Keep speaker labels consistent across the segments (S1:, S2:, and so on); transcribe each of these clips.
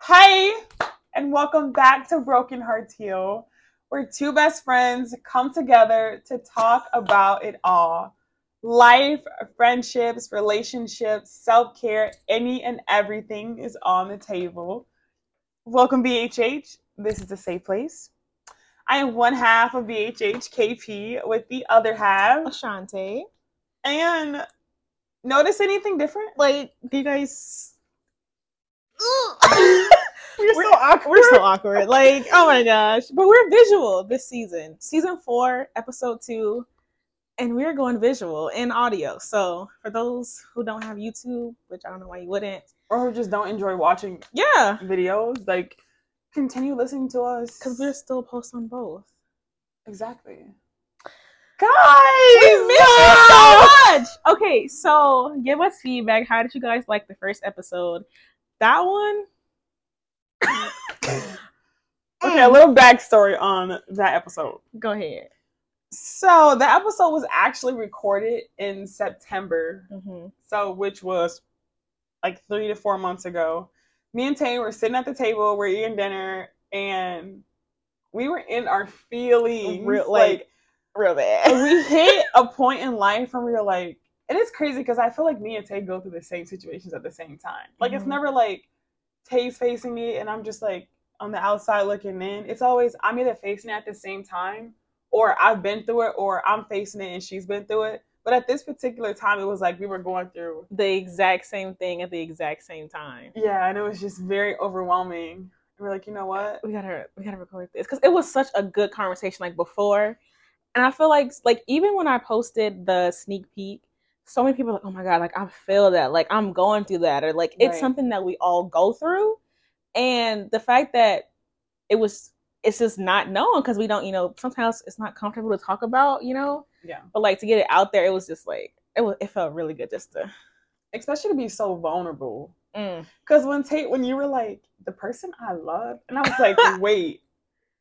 S1: Hi, and welcome back to Broken Hearts Heal, where two best friends come together to talk about it all life, friendships, relationships, self care, any and everything is on the table. Welcome, BHH. This is a safe place. I am one half of BHH KP with the other half.
S2: Ashante.
S1: And notice anything different?
S2: Like, do you guys?
S1: We're so awkward.
S2: We're so awkward. Like, oh my gosh! But we're visual this season, season four, episode two, and we're going visual and audio. So for those who don't have YouTube, which I don't know why you wouldn't,
S1: or who just don't enjoy watching
S2: yeah,
S1: videos, like continue listening to us
S2: because we're still post on both.
S1: exactly
S2: We
S1: guys.
S2: miss you so much. Okay, so give us feedback. How did you guys like the first episode? That one.
S1: Okay, a little backstory on that episode.
S2: Go ahead.
S1: So the episode was actually recorded in September, so which was like three to four months ago. Me and Tay were sitting at the table, we're eating dinner, and we were in our feelings,
S2: Real-
S1: like
S2: like- Real
S1: and
S2: bad.
S1: we hit a point in life where we were like, it is crazy because I feel like me and Tay go through the same situations at the same time. Like it's
S2: Mhm.
S1: never like Tay's facing it and I'm just like on the outside looking in. It's always I'm either facing it at the same time or I've been through it or I'm facing it and she's been through it. But at this particular time, it was like we were going through.
S2: the exact same thing at the exact same time.
S1: Yeah, and it was just very overwhelming. And we're like, you know what?
S2: We gotta we gotta record this because it was such a good conversation like before, and I feel like like even when I posted the sneak peek, so many people were like oh my god like I feel that like I'm going through that or like it's
S1: Right.
S2: something that we all go through, and the fact that it was it's just not known because we don't you know sometimes it's not comfortable to talk about you know
S1: Yeah.
S2: but like to get it out there it was just like it was it felt really good just to
S1: Especially to be so vulnerable.
S2: mm.
S1: Because when Tate, when you were like the person I love, and I was like, wait,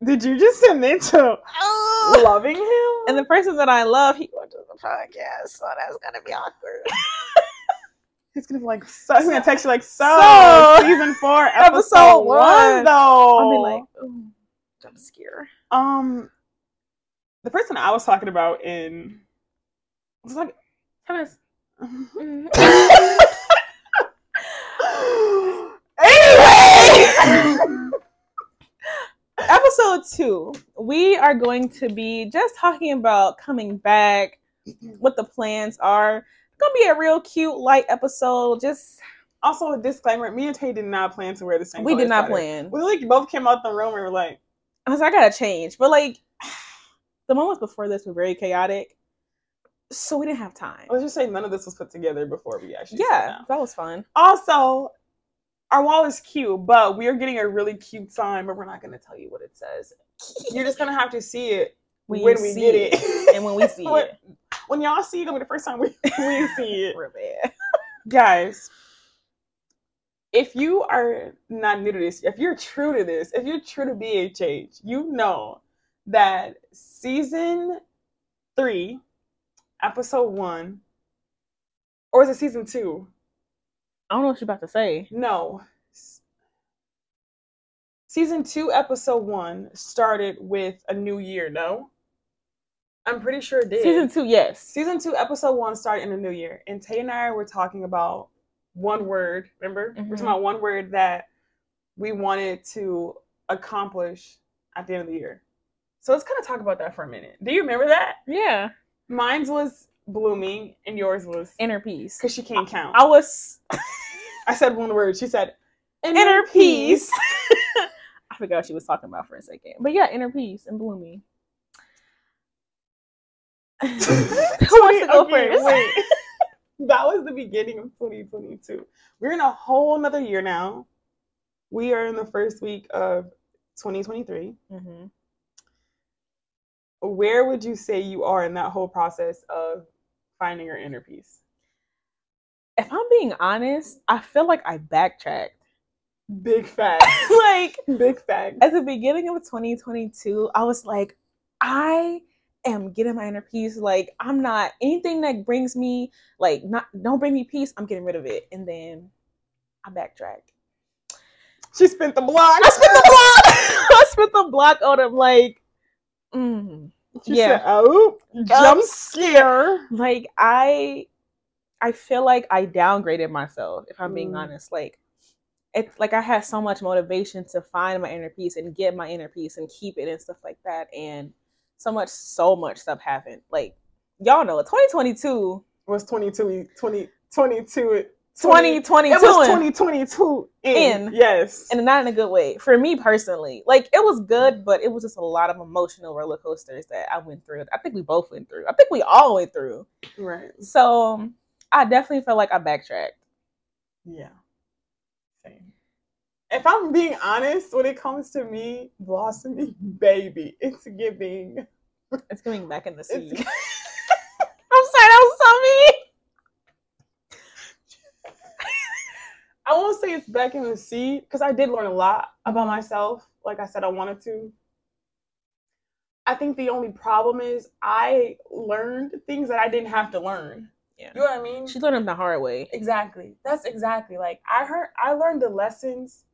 S1: did you just admit to loving him?
S2: and the person that I love, he watches the podcast, so that's gonna be awkward.
S1: he's gonna be like, so, he's gonna text you like, so,
S2: So-
S1: season four,
S2: Episode
S1: episode, one,
S2: one.
S1: though.
S2: I'll be like, ooh, jump scare.
S1: um, the person I was talking about in was like, Mm-hmm. anyway.
S2: Episode two, we are going to be just talking about coming back,
S1: Mm-hmm.
S2: what the plans are. It's gonna be a real cute, light episode. Just
S1: also, a disclaimer: me and Tay did not plan to wear the same.
S2: we
S1: color
S2: did not
S1: sweater.
S2: plan.
S1: We like both came out the room and were like,
S2: I was like, I gotta change, but like the moments before this were very chaotic, so we didn't have time.
S1: let's just say none of this was put together before we actually. sat
S2: Yeah,
S1: down.
S2: that was fun.
S1: Also, our wall is cute, but we are getting a really cute sign, but we're not going to tell you what it says. You're just going to have to see it when we
S2: see
S1: get it.
S2: and when we see
S1: When-
S2: it,
S1: when y'all see it, it'll be the first time we, we see it.
S2: real bad.
S1: Guys, if you are not new to this, if you're true to this, if you're true to BHH, you know that season three, episode one, or is it season two?
S2: I don't know what you're about to say.
S1: No. S- Season two, episode one started with a new year, no? I'm pretty sure it did.
S2: Season two, yes.
S1: Season two, episode one started in the new year. And Tay and I were talking about one word, remember? We're talking
S2: Mhm.
S1: about one word that we wanted to accomplish at the end of the year. So let's kind of talk about that for a minute. Do you remember that?
S2: Yeah.
S1: Mine's was blooming and yours was
S2: Inner peace.
S1: because she can't count.
S2: I was
S1: I said one word. She said inner,
S2: inner
S1: peace.
S2: peace. I forgot what she was talking about for a second. But yeah, inner peace and bloomy. Who wants to go
S1: Okay,
S2: first?
S1: wait. that was the beginning of 2022. We're in a whole nother year now. We are in the first week of 2023.
S2: Mhm.
S1: Where would you say you are in that whole process of finding your inner peace?
S2: If I'm being honest, I feel like I backtracked.
S1: Big fact.
S2: like
S1: Big fact.
S2: at the beginning of 2022, I was like, I am getting my inner peace. Like, I'm not anything that brings me like not don't bring me peace. I'm getting rid of it. And then I backtracked.
S1: She spent the block.
S2: I spent the block. I spent the block on him. Like, mm,
S1: She
S2: yeah.
S1: said, oh, jump
S2: Jump
S1: scare.
S2: like I, I feel like I downgraded myself. If I'm being
S1: Mm.
S2: honest, like, it's like I had so much motivation to find my inner peace and get my inner peace and keep it and stuff like that, and so much, so much stuff happened. Like, y'all know, 2022,
S1: Was 22, 20, 22, 20
S2: 2022.
S1: It was 2022 in.
S2: In.
S1: Yes.
S2: and not in a good way for me personally. Like it was good, but it was just a lot of emotional roller coasters that I went through. I think we both went through. I think we all went through.
S1: right.
S2: So um, I definitely feel like I backtracked.
S1: Yeah. Same. If I'm being honest, when it comes to me, blossoming baby, it's giving.
S2: It's coming back in the sea. I'm
S1: It's,
S2: sorry, that was so mean.
S1: I won't say it's back in the sea because I did learn a lot about myself. Like I said, I wanted to. I think the only problem is I learned things that I didn't have to learn.
S2: Yeah.
S1: You know what I mean?
S2: She learned them the hard way.
S1: Exactly. That's exactly like I heard. I learned the lessons,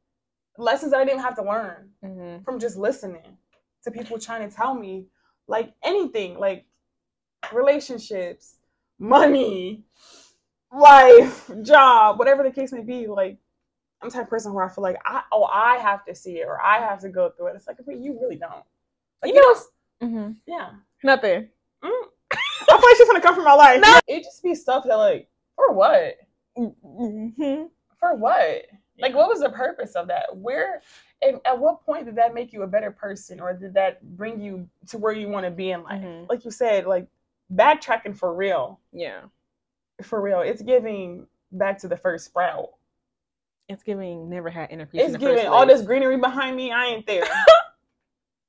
S1: lessons that I didn't have to learn
S2: Mm-hmm.
S1: from just listening to people trying to tell me like anything, like relationships, money, life, job, whatever the case may be. Like I'm the type of person where I feel like I oh I have to see it or I have to go through it. It's like but you really don't. Like,
S2: You know,
S1: don't-
S2: Mm-hmm.
S1: yeah.
S2: Nothing.
S1: Mm. I feel like she's gonna come from my life.
S2: No.
S1: It just be stuff that like for what.
S2: Mm-hmm.
S1: for what? Like, what was the purpose of that? Where, and at what point did that make you a better person, or did that bring you to where you want to be in life?
S2: Mhm.
S1: Like you said, like backtracking for real,
S2: Yeah.
S1: for real. It's giving back to the first sprout.
S2: It's giving never had inner peace. in
S1: It's
S2: the
S1: giving
S2: first
S1: all
S2: place.
S1: this greenery behind me. I ain't there.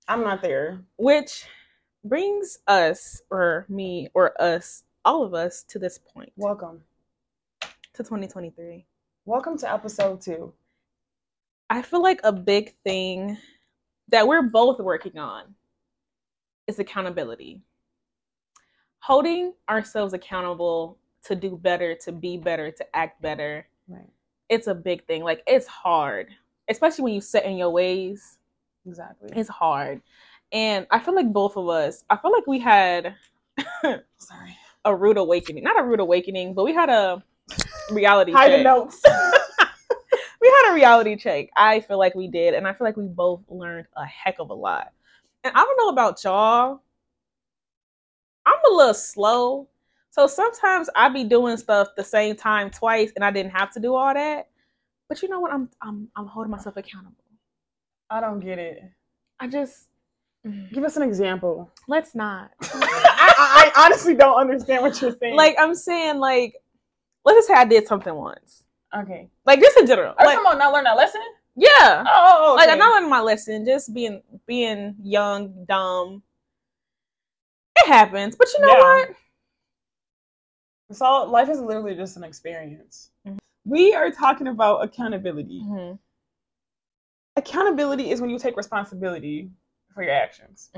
S1: I'm not there.
S2: which brings us or me or us all of us to this point
S1: Welcome,
S2: to 2023
S1: welcome to episode two.
S2: i feel like a big thing that we're both working on is accountability holding ourselves accountable to do better to be better to act better
S1: Right.
S2: it's a big thing like it's hard especially when you set in your ways
S1: Exactly.
S2: it's hard and i feel like both of us i feel like we had
S1: Sorry.
S2: a rude awakening. Not a rude awakening, but we had a reality
S1: Hide the
S2: check.
S1: notes.
S2: We had a reality check. I feel like we did, and I feel like we both learned a heck of a lot. And I don't know about y'all. I'm a little slow. So sometimes I be doing stuff the same time twice and I didn't have to do all that. But you know what? I'm I'm I'm holding myself accountable.
S1: I don't get it.
S2: I just mm,
S1: Give us an example.
S2: let's not.
S1: I, I, I honestly don't understand what you're saying.
S2: Like I'm saying like let's just say I did something once.
S1: okay.
S2: Like just in general.
S1: Are you
S2: Like
S1: talking about not learn that lesson?
S2: yeah.
S1: Oh,
S2: like I'm not learning my lesson, just being being young, dumb. It happens, but you know
S1: Yeah.
S2: what?
S1: it's all life is literally just an experience.
S2: Mhm.
S1: We are talking about accountability.
S2: Mm-hmm.
S1: Accountability is when you take responsibility for your actions.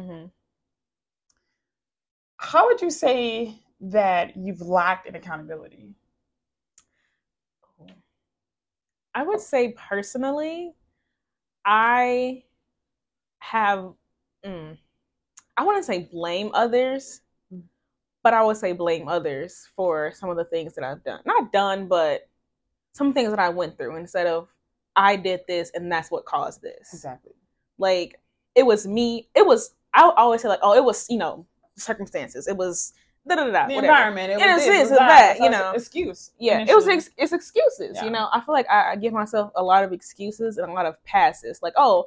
S1: How would you say that you've lacked in accountability?
S2: I would say personally, I have. Mm, I wouldn't say blame others,
S1: Mm.
S2: but I would say blame others for some of the things that I've done. Not done, but some things that I went through instead of I did this and that's what caused this.
S1: Exactly.
S2: like it was me it was i would always say like oh it was you know circumstances it was da da da da
S1: The
S2: whatever.
S1: environment, it was
S2: It is
S1: this,
S2: this,
S1: it was
S2: it's that,
S1: so
S2: you
S1: it's
S2: know.
S1: an excuse.
S2: yeah it was
S1: initially.
S2: ex- it's excuses
S1: Yeah.
S2: you know i feel like I, I give myself a lot of excuses and a lot of passes like oh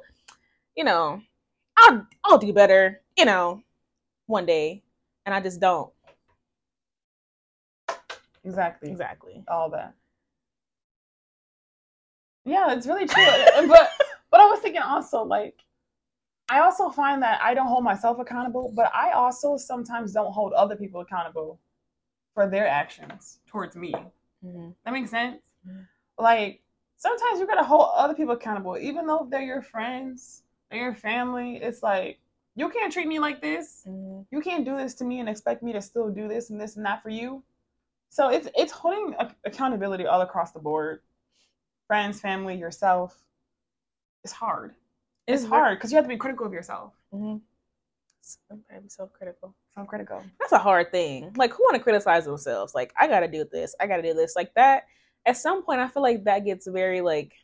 S2: you know i'll i'll do better you know one day and i just don't
S1: exactly. exactly.
S2: exactly
S1: All that. Yeah, it's really true. And- but but I was thinking also like I also find that I don't hold myself accountable, but I also sometimes don't hold other people accountable for their actions towards me.
S2: Mm-hmm,
S1: That makes sense?
S2: Yeah.
S1: Like sometimes you gotta hold other people accountable, even though they're your friends, they're your family. It's like you can't treat me like this.
S2: mm-hmm,
S1: You can't do this to me and expect me to still do this and this and that for you. So it's it's holding ac- accountability all across the board, friends, family, yourself.
S2: it's hard.
S1: It's
S2: It's ver-
S1: hard because you have to be critical of yourself.
S2: Mm-hmm. I'm probably self-critical.
S1: Self critical.
S2: That's a hard thing. Like, who want to criticize themselves? Like, I gotta do this. I gotta do this. Like that. At some point, I feel like that gets very like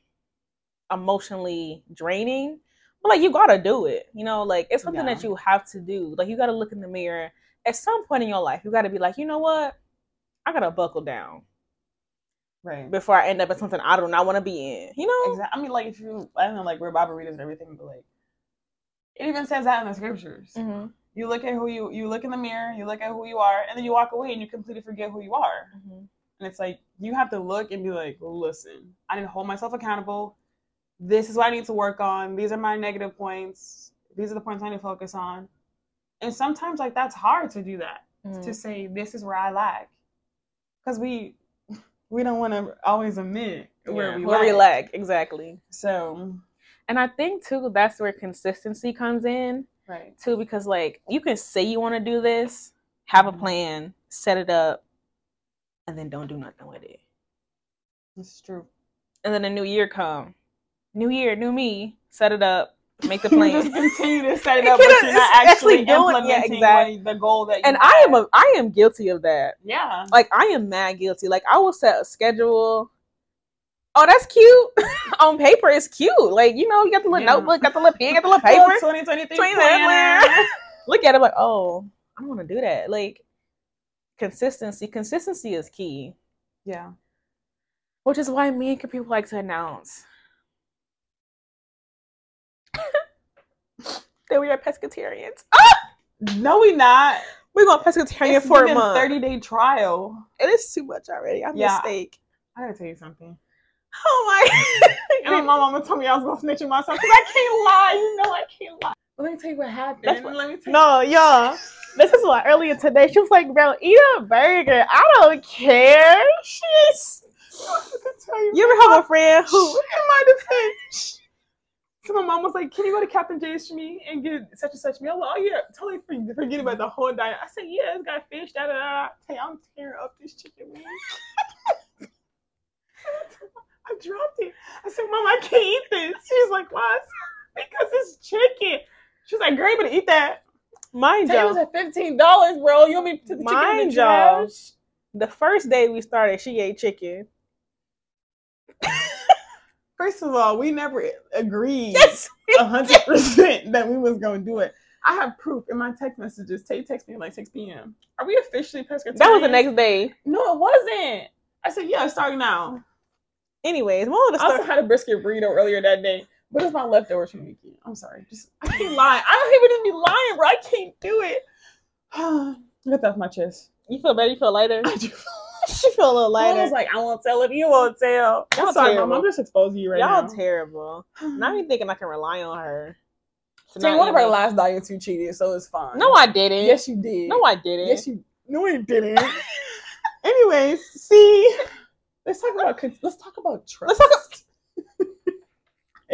S2: emotionally draining. But like, you gotta do it. You know, like it's something
S1: Yeah.
S2: that you have to do. Like, you gotta look in the mirror. At some point in your life, you gotta be like, you know what? I gotta buckle down
S1: Right.
S2: before I end up at something I do not want to be in. You know?
S1: Exactly. I mean, like if you, I don't know, like we're Bible readers and everything, but like it even says that in the scriptures.
S2: Mhm.
S1: You look at who you, you look in the mirror, you look at who you are, and then you walk away and you completely forget who you are.
S2: Mhm.
S1: And it's like you have to look and be like, listen, I need to hold myself accountable. This is what I need to work on. These are my negative points. These are the points I need to focus on. And sometimes like that's hard to do that. To
S2: Mhm.
S1: say this is where I lack. Cause we we don't wanna always admit where
S2: Yeah,
S1: we
S2: where
S1: lack.
S2: we lack exactly.
S1: So
S2: And I think too that's where consistency comes in
S1: right.
S2: too because like you can say you want to do this, have a
S1: Mhm.
S2: plan, set it up, and then don't do nothing with it.
S1: This is true.
S2: And then a new year come, new year, new me, set it up, make the
S1: you just
S2: plan.
S1: continue to set it
S2: You
S1: up, but
S2: can't-
S1: you're not actually,
S2: it's actually doing-
S1: implementing
S2: yeah, exactly.
S1: what- the goal that. You
S2: and I am
S1: had.
S2: a, I am guilty of that.
S1: yeah.
S2: Like I am mad guilty. Like I will set a schedule. Oh, that's cute. On paper, it's cute. Like you know, you got the little
S1: Yeah.
S2: notebook, got the little pen, got the little paper.
S1: Twenty twenty three.
S2: Between that plan. look at it like, oh, I don't want to do that. Like consistency, consistency is key,
S1: Yeah.
S2: which is why me and people like to announce that we are pescatarians.
S1: No, we not.
S2: We're going pescatarian
S1: It's
S2: for
S1: been
S2: a month.
S1: Thirty day trial.
S2: it is too much already. I'm
S1: Yeah.
S2: mistake.
S1: I gotta tell you something.
S2: Oh
S1: And then
S2: my.
S1: my mama told me I was gonna snitch on myself because I can't lie. You know I can't lie. Well, let me tell you what happened.
S2: That's what-
S1: let me tell
S2: No, y'all. This is why earlier today she was like, "Bro, eat a burger. I don't care." She's.
S1: you. I can tell you.
S2: You ever have a friend
S1: Shh,
S2: who?
S1: in my defense. So my mom was like, "Can you go to Captain J's for me and get such and such meal?" I'm like, oh yeah, totally forget- forget about the whole diet. I said, "Yeah, it's got fish." Da da da. Hey, I'm tearing up this chicken wing. I dropped it. I said, "Mom, I can't eat this." She's like, "Why?" I said, Because it's chicken. She's like, "Girl, you better eat that."
S2: Mind
S1: Tell you
S2: you,
S1: was at fifteen dollars, bro. You want me to the chicken in
S2: Mind
S1: the
S2: y'all,
S1: trash?
S2: the first day we started, she ate chicken.
S1: First of all, we never agreed.
S2: Yes.
S1: a hundred percent that we was gonna do it. I have proof in my text messages. Tay texted me at like six p.m. Are we officially pescatarian?
S2: That was the next day.
S1: No, it wasn't. I said, yeah, starting now.
S2: Anyways, one of the
S1: I also
S2: story.
S1: had a brisket burrito earlier that day. What is my leftovers from the weekend? I'm sorry, just I can't lie. I don't even be lying, bro. I can't do it. Get that off my chest.
S2: You feel better? You feel lighter?
S1: I do.
S2: she feel a little
S1: I was
S2: lighter.
S1: like, I won't tell if you won't tell.
S2: Y'all
S1: I'm sorry, mom.
S2: terrible.
S1: I'm just exposing you right
S2: Y'all
S1: now.
S2: terrible. Now you thinking I can rely on her. to
S1: Tay,
S2: not
S1: one of
S2: eat
S1: our
S2: me.
S1: last diets you cheated, so it's fine.
S2: No, I didn't.
S1: yes, you did.
S2: no, I didn't.
S1: Yes, you. No, it didn't. Anyways, see, let's talk about con- let's talk about trust.
S2: Let's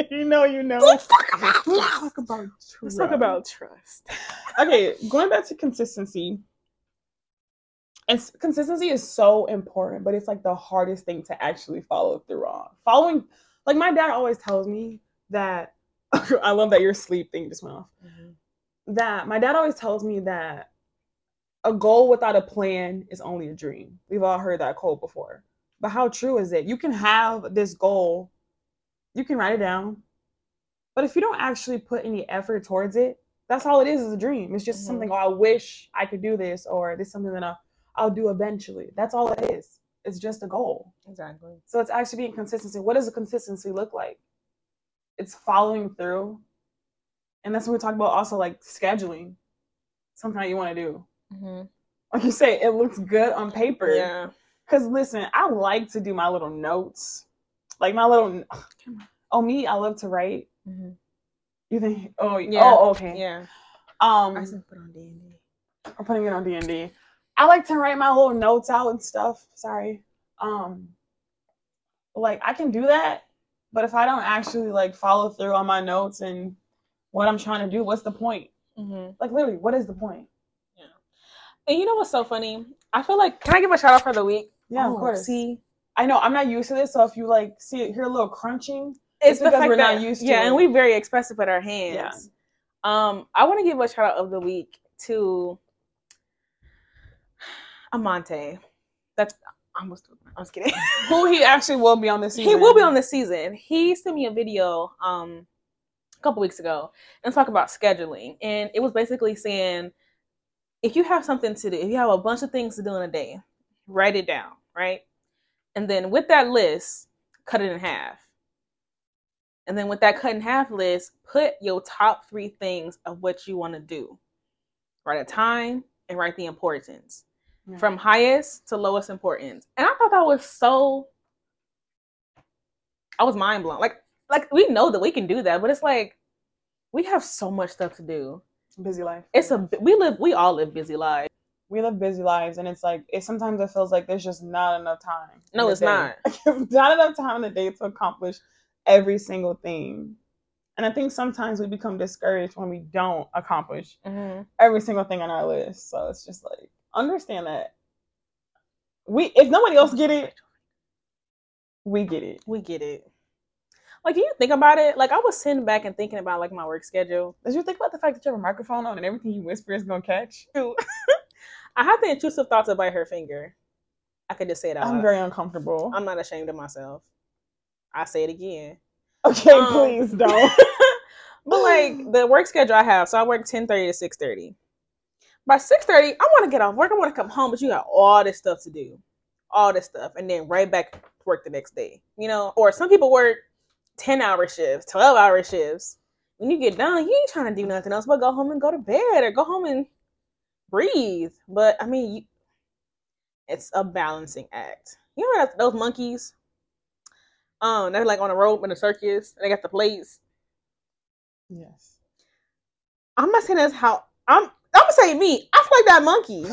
S1: If you know, you know.
S2: Let's talk
S1: Let's
S2: about trust.
S1: talk about
S2: Let's talk
S1: trust.
S2: about trust.
S1: okay. Going back to consistency, it's consistency is so important, but it's like the hardest thing to actually follow through on. Following, like my dad always tells me that. I love that your sleep thing just went off. That my dad always tells me that a goal without a plan is only a dream. We've all heard that quote before. But how true is it? You can have this goal, you can write it down, but if you don't actually put any effort towards it, that's all it is is a dream. It's just
S2: Mhm.
S1: something, oh, I wish I could do this, or this is something that I, I'll do eventually. That's all it is. It's just a goal.
S2: Exactly.
S1: So it's actually being consistent. What does a consistency look like? It's following through. And that's when we talk about also like scheduling something that you want to do. Mm-hmm. Like you say, it looks good on paper.
S2: Yeah.
S1: Cause listen, I like to do my little notes. Like my little oh me, I love to write. You think oh Mm-hmm. yeah.
S2: Yeah.
S1: oh okay.
S2: Yeah. Mm-hmm. I
S1: Um
S2: said put on D&D.
S1: I'm putting it on D and D. I like to write my little notes out and stuff. Sorry. Um like I can do that, but if I don't actually like follow through on my notes and what I'm trying to do, what's the point?
S2: Mm-hmm.
S1: Like literally, what is the point?
S2: And you know what's so funny? I feel like can I give a shout out for the week?
S1: Yeah,
S2: Oh,
S1: of course.
S2: See,
S1: I know I'm not used to this, so if you like see hear a little crunching, It's because we're not used to
S2: yeah,
S1: it.
S2: and we're very expressive with our hands. Um, I want to give a shout out of the week to Amante. That's I almost. I was kidding.
S1: Who he actually will be on this season.
S2: he will be on this season. He sent me a video um a couple weeks ago and talk about scheduling, and it was basically saying if you have something to do, if you have a bunch of things to do in a day, write it down, right? And then with that list, cut it in half. And then with that cut in half list, put your top three things of what you want to do. Write a time and write the importance
S1: Yeah.
S2: from highest to lowest importance. And I thought that was so I was mind blown. Like like we know that we can do that, but it's like we have so much stuff to do.
S1: busy life.
S2: It's a we live we all live busy lives.
S1: we live busy lives, and it's like it sometimes it feels like there's just not enough time. in
S2: No,
S1: the
S2: it's
S1: day.
S2: not.
S1: It's not enough time in the day to accomplish every single thing. And I think sometimes we become discouraged when we don't accomplish every single thing on our list. So it's just like understand that we if nobody else get it, we get it.
S2: We get it. Like do you think about it? Like I was sitting back and thinking about like my work schedule.
S1: Did you think about the fact that you have a microphone on and everything you whisper is gonna catch?
S2: I had the intrusive thought to bite her finger. I could just say it out.
S1: I'm
S2: loud.
S1: very uncomfortable.
S2: I'm not ashamed of myself. I say it again.
S1: okay,
S2: um,
S1: please don't.
S2: But like the work schedule I have, so I work ten thirty to six thirty. By six thirty, I want to get off work. I want to come home, but you got all this stuff to do, all this stuff, and then right back to work the next day. You know, or some people work ten hour shifts, twelve hour shifts. When you get done, you ain't trying to do nothing else but go home and go to bed, or go home and breathe. But I mean, you, it's a balancing act. You know those monkeys? Um, they're like on a rope in a circus, and they got the plates.
S1: yes.
S2: I'm not saying that's how I'm. I'm gonna say me. I feel like that monkey.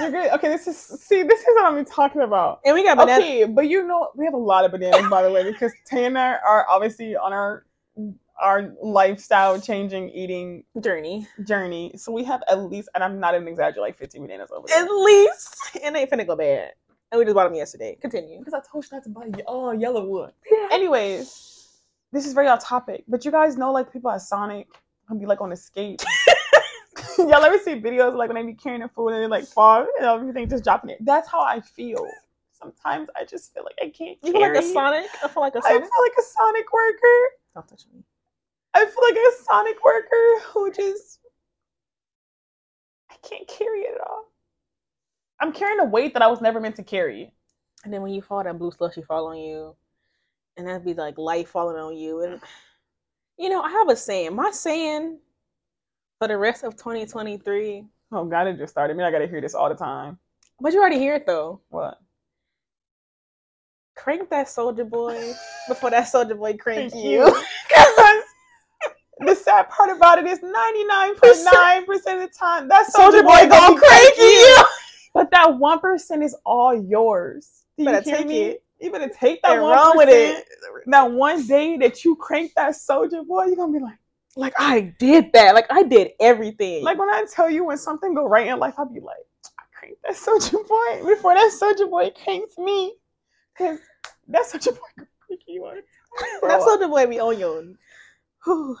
S1: You're good. Okay, this is see, this is what I'm talking about.
S2: and we got banana.
S1: Okay, but you know we have a lot of bananas by the way because Tay and I are obviously on our our lifestyle changing eating
S2: Journey
S1: journey. So we have at least, and I'm not even exaggerating, like 15 bananas over there.
S2: at least, and ain't finna go bad. And we just bought them yesterday. Continue.
S1: Because I told you not to buy ye- oh yellow wood.
S2: And
S1: Anyways, this is very off topic, but you guys know like people at Sonic who be like on a skate. Y'all ever see videos like when they be carrying the food and they like fall and everything just dropping it? That's how I feel. Sometimes I just feel like I can't.
S2: you feel like a
S1: carry.
S2: Sonic? I feel like a
S1: I feel
S2: Sonic.
S1: like a Sonic worker.
S2: Don't touch me.
S1: I feel like a Sonic worker who just I can't carry it all. I'm carrying a weight that I was never meant to carry.
S2: And then when you fall, that blue slushy fall on you, and that'd be like light falling on you. And you know, I have a saying. My saying for the rest of 2023.
S1: Oh God, it just started. I mean, I gotta hear this all the time.
S2: But you already hear it though.
S1: What?
S2: Crank that soldier boy before that soldier boy crank
S1: Thank
S2: you.
S1: you. Because the sad part about it is 99.9 percent of the time that soldier boy gonna crank you, but that one percent is all yours. Do you
S2: Better
S1: hear
S2: take
S1: me?
S2: it.
S1: You better take that
S2: And
S1: one
S2: run with it.
S1: That one day that you crank that soldier boy, you're gonna be like.
S2: like I did that. Like I did everything.
S1: Like when I tell you when something go right in life, I'll be like, I cranked that soldier boy before that soldier boy cranked me, because that soldier boy could crank you on.
S2: that's
S1: Bro,
S2: what the way we own you.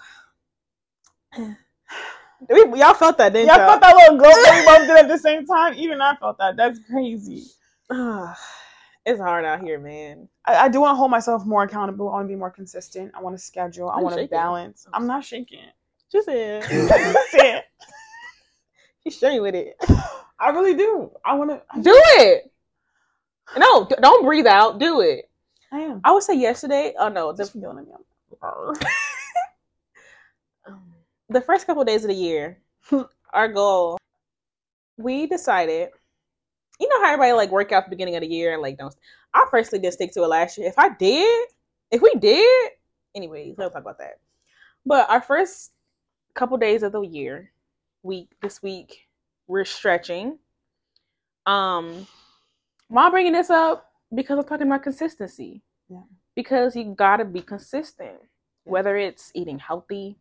S2: We, y'all felt that, didn't
S1: Y'all
S2: y'all?
S1: felt that little glow when we both did at the same time. Even I felt that. That's crazy.
S2: Ah, it's hard out here, man.
S1: I, I do want to hold myself more accountable. I want to be more consistent. I want to schedule. I
S2: I'm
S1: want to
S2: shaking.
S1: balance. I'm not shaking.
S2: She said
S1: That's it.
S2: she's straight with it.
S1: I really do. I want to.
S2: Do it. No, d- don't breathe out. Do it.
S1: I am.
S2: I would say yesterday. Oh no, the
S1: Just feeling it, y'all.
S2: um, the first couple days of the year, our goal, we decided, you know how everybody like work out the beginning of the year and like don't. I personally didn't stick to it last year. If I did, if we did, anyways, we'll talk about that. But our first couple days of the year, week this week, we're stretching. Um, why I'm bringing this up because I'm talking about consistency.
S1: Yeah.
S2: Because you gotta be consistent,
S1: Yeah.
S2: whether it's eating healthy,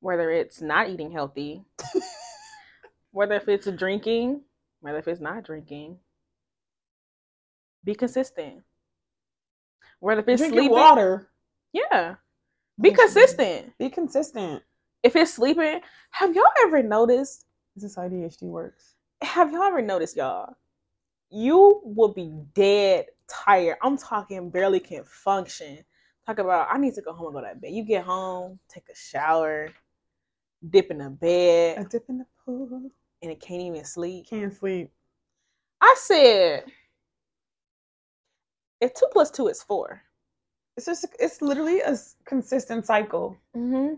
S2: whether it's not eating healthy, whether if it's drinking, whether if it's not drinking, Be consistent. Whether if it's
S1: Drink your
S2: sleeping,
S1: water.
S2: yeah, be consistent.
S1: Be consistent.
S2: If it's sleeping, have y'all ever noticed?
S1: This is how ADHD works.
S2: Have y'all ever noticed, y'all? You will be dead tired. I'm talking barely can function. Talk about I need to go home and go to bed. You get home, take a shower, dip in the
S1: A
S2: bed,
S1: dip in the pool.
S2: and it can't even sleep.
S1: Can't sleep.
S2: I said, if two plus two is 4
S1: It's just it's literally a s- consistent cycle.
S2: mm-hmm.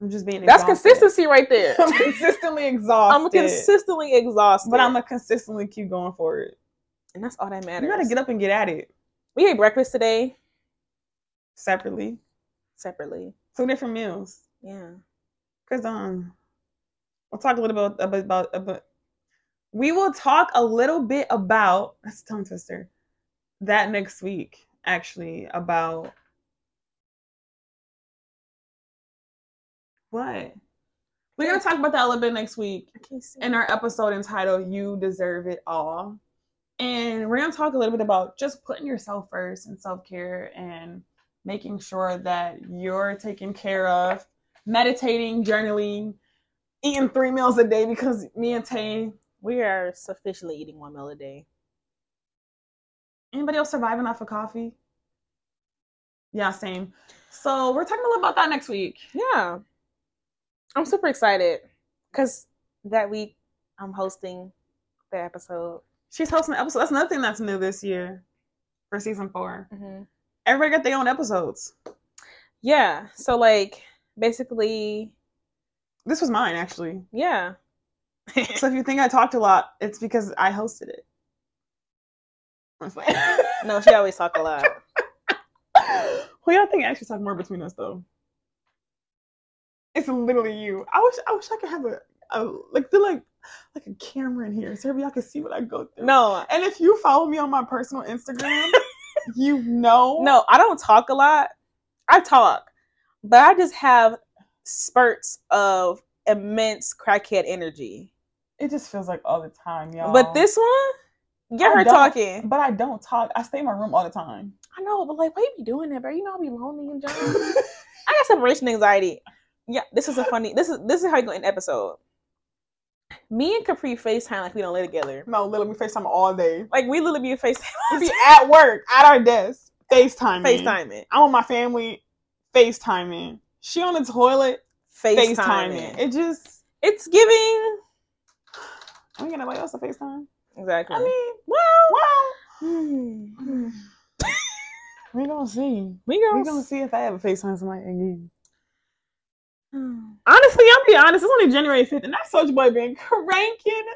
S1: I'm just being
S2: that's
S1: exhausted.
S2: consistency right there.
S1: I'm consistently exhausted.
S2: I'm consistently exhausted,
S1: but I'm gonna consistently keep going for it.
S2: and that's all that matters.
S1: You gotta get up and get at it
S2: We ate breakfast today
S1: separately.
S2: separately.
S1: Two different meals.
S2: Yeah,
S1: Cause um, we'll talk a little bit about about, about we will talk a little bit about that's a tongue twister that next week actually about what we're gonna talk about that a little bit next week
S2: I can't see.
S1: in our episode entitled "You Deserve It All," and we're gonna talk a little bit about just putting yourself first and self care and making sure that you're taken care of, meditating, journaling, eating three meals a day because me and Tay.
S2: we are sufficiently eating one meal a day.
S1: Anybody else surviving off of coffee? Yeah, same. So we're talking a little about that next week.
S2: Yeah, I'm super excited because that week I'm hosting the episode.
S1: She's hosting an episode. That's another thing that's new this year for season four.
S2: Mm-hmm.
S1: Everybody got their own episodes.
S2: Yeah, so like basically,
S1: This was mine actually.
S2: yeah.
S1: So if you think I talked a lot, it's because I hosted it. I was like-
S2: no, she always talk a lot.
S1: Who y'all think actually talked more between us though? It's literally you. I wish I wish I could have a, a like do like like a camera in here so y'all can see what I go through.
S2: No,
S1: And if you follow me on my personal Instagram, you know
S2: No, I don't talk a lot. I talk, but I just have spurts of immense crackhead energy.
S1: it just feels like all the time, y'all.
S2: But this one, get
S1: I
S2: her
S1: don't.
S2: talking.
S1: but I don't talk. I stay in my room all the time.
S2: I know, but like, why you be doing that, bro? You know I'll be lonely and junk. I got separation anxiety. Yeah, this is a funny. This is this is how you go in episode. Me and Capri FaceTime like we don't live together.
S1: no, literally we FaceTime all day.
S2: Like we literally be
S1: We
S2: FaceTime,
S1: be at work, at our desk, FaceTiming.
S2: FaceTiming,
S1: I'm on my family, FaceTiming. She on the toilet,
S2: FaceTiming.
S1: FaceTiming. It just,
S2: It's giving
S1: I ain't got nobody else to FaceTime.
S2: exactly.
S1: I mean,
S2: well,
S1: well,
S2: hmm.
S1: we gonna see.
S2: we gonna
S1: We gonna see if I ever FaceTime somebody again. hmm.
S2: see.
S1: Honestly, I'm be honest. It's only January 5th, and that Soulja Boy been cranking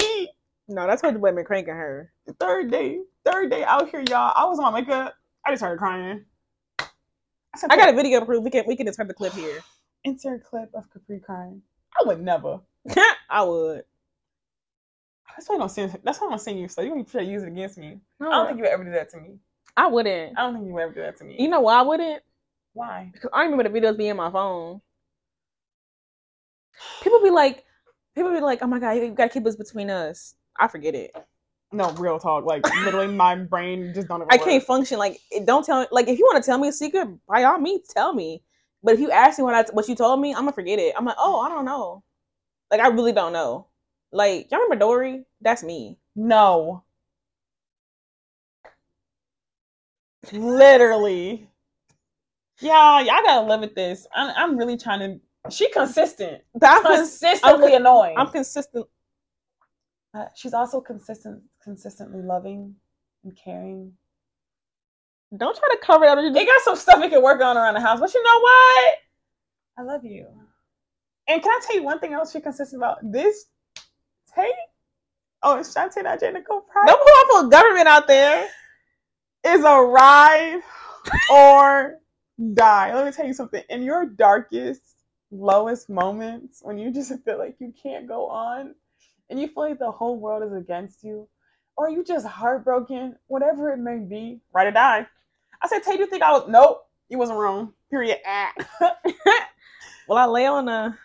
S1: me.
S2: No, that's why the women cranking her.
S1: Third day, third day out here, y'all. I was on my makeup. I just started crying. said,
S2: I got a video proof. We can we can insert the clip here.
S1: insert clip of Capri crying. I would never.
S2: I would.
S1: That's why I don't send. That's why I don't send you. So you gonna try to use it against me. I don't think you would ever do that to me.
S2: I wouldn't.
S1: I don't think you would ever do that to me.
S2: You know why I wouldn't?
S1: why?
S2: Because I remember the videos being on my phone. People be like, people be like, oh my god, you gotta keep this between us. I forget it.
S1: No, real talk. Like literally, my brain just don't. Even
S2: I
S1: work.
S2: can't function. Like, it- don't tell. Like, if you want to tell me a secret, by all means, tell me. But if you ask me what I what you told me, I'm gonna forget it. I'm like, oh, I don't know. Like, I really don't know. Like, y'all remember Dory? That's me.
S1: No. Literally. Yeah, y'all gotta live with this. I'm, I'm really trying to. She consistent.
S2: That was
S1: Consistently
S2: I'm-
S1: annoying.
S2: I'm consistent.
S1: Uh, she's also consistent, consistently loving and caring.
S2: Don't try to cover it up.
S1: They got some stuff we can work on around the house, but you know what? I love you. And can I tell you one thing else she's consistent about? This Tay? Oh, Shantae not Nicole Pryor
S2: Don't pull up a government out there.
S1: is a ride or die. Let me tell you something. In your darkest, lowest moments, when you just feel like you can't go on and you feel like the whole world is against you, or you just heartbroken, whatever it may be, ride or die. I said, Tay, do you think I was nope, you wasn't wrong. Period. Ah.
S2: Well, I lay on a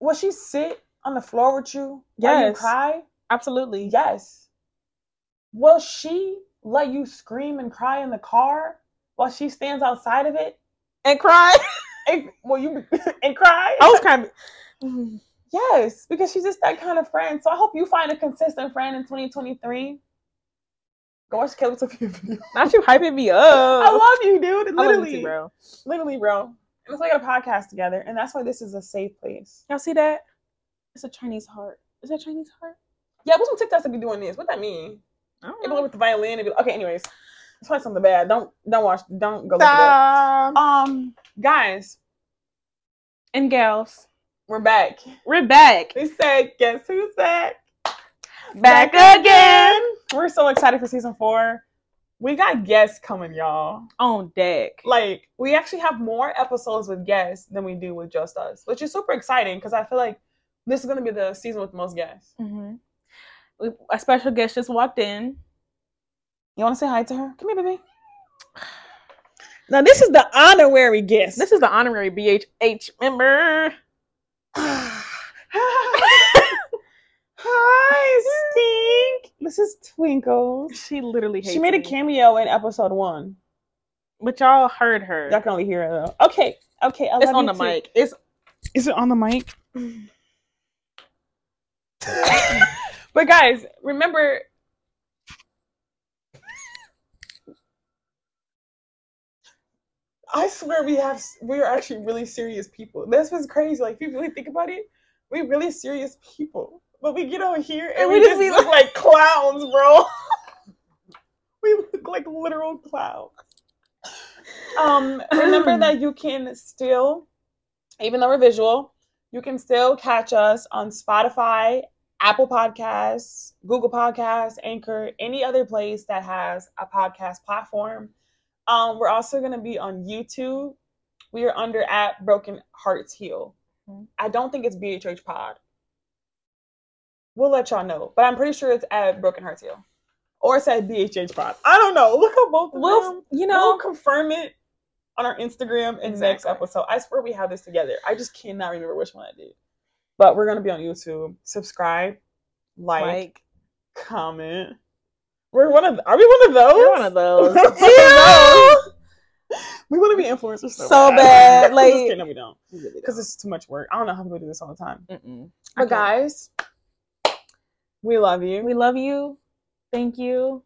S1: Will she sit on the floor with you? while you
S2: Yes.
S1: cry?
S2: absolutely.
S1: Yes. Will she let you scream and cry in the car while she stands outside of it
S2: and cry.
S1: and well you and cry
S2: I was crying. Mhm.
S1: yes because she's just that kind of friend so i hope you find a consistent friend in 2023 go watch Caleb's a few videos.
S2: Not you hyping me up.
S1: i love you dude
S2: Oh. I love you too,
S1: literally
S2: bro.
S1: literally bro and that's why we got a podcast together and that's why this is a safe place
S2: Y'all see that? It's a Chinese heart. Is that Chinese heart?
S1: yeah what's some tiktoks that be doing this what that mean
S2: I don't
S1: People
S2: know.
S1: with the violin and be okay anyways it's probably something bad don't don't watch don't go look at
S2: Um,
S1: it um guys
S2: and gals,
S1: we're back
S2: we're back.
S1: we said guess who's back
S2: Back again.
S1: We're so excited for season four. We got guests coming, y'all.
S2: On deck.
S1: Like, we actually have more episodes with guests than we do with just us, which is super exciting because I feel like this is going to be the season with the most guests.
S2: hmm A special guest just walked in.
S1: You want to say hi to her? Come here, baby. Now, this is the honorary guest.
S2: This is the honorary BHH member.
S1: hi, Stink. This is Twinkles.
S2: She literally hates
S1: She made a
S2: me.
S1: cameo in episode one.
S2: But y'all heard her.
S1: Y'all can only hear it though. Okay, okay. I
S2: it's
S1: love
S2: on
S1: you
S2: the
S1: too.
S2: mic. It's
S1: Is it on the mic? but guys, remember. I swear we have we are actually really serious people. That's what's crazy. Like if you really think about it, we're really serious people. But we get on here and, we, just,
S2: be
S1: look like clowns, bro. we look like literal clowns. Um, remember that you can still, even though we're visual, you can still catch us on Spotify, Apple Podcasts, Google Podcasts, Anchor, any other place that has a podcast platform. Um, we're also going to be on YouTube. We are under at Broken Hearts Heal.
S2: Mhm.
S1: I don't think it's BHH Pod. We'll let y'all know, but I'm pretty sure it's at Broken Hearts Heal, or it's at BHH Pod. I don't know. Look up both of them
S2: we'll you
S1: we'll
S2: know
S1: confirm it on our Instagram in next
S2: Exactly.
S1: episode. I swear we have this together. I just cannot remember which one I did. But we're gonna be on YouTube. Subscribe, like,
S2: like
S1: comment. We're one of are we one of those?
S2: we're one of those.
S1: We're one of
S2: Yeah.
S1: we want to be influencers so,
S2: So bad,
S1: I'm just
S2: like-
S1: kidding, no, we don't because it's too much work. I don't know how people do this all the time.
S2: Mm-mm.
S1: But
S2: Okay.
S1: guys, we love you.
S2: we love you. Thank you.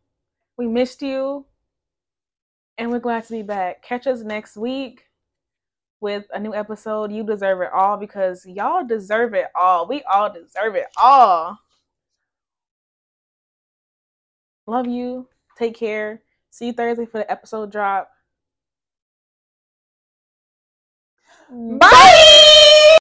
S2: We missed you. And we're glad to be back. Catch us next week with a new episode. You deserve it all because y'all deserve it all. We all deserve it all. Love you. Take care. See you Thursday for the episode drop.
S1: Bye.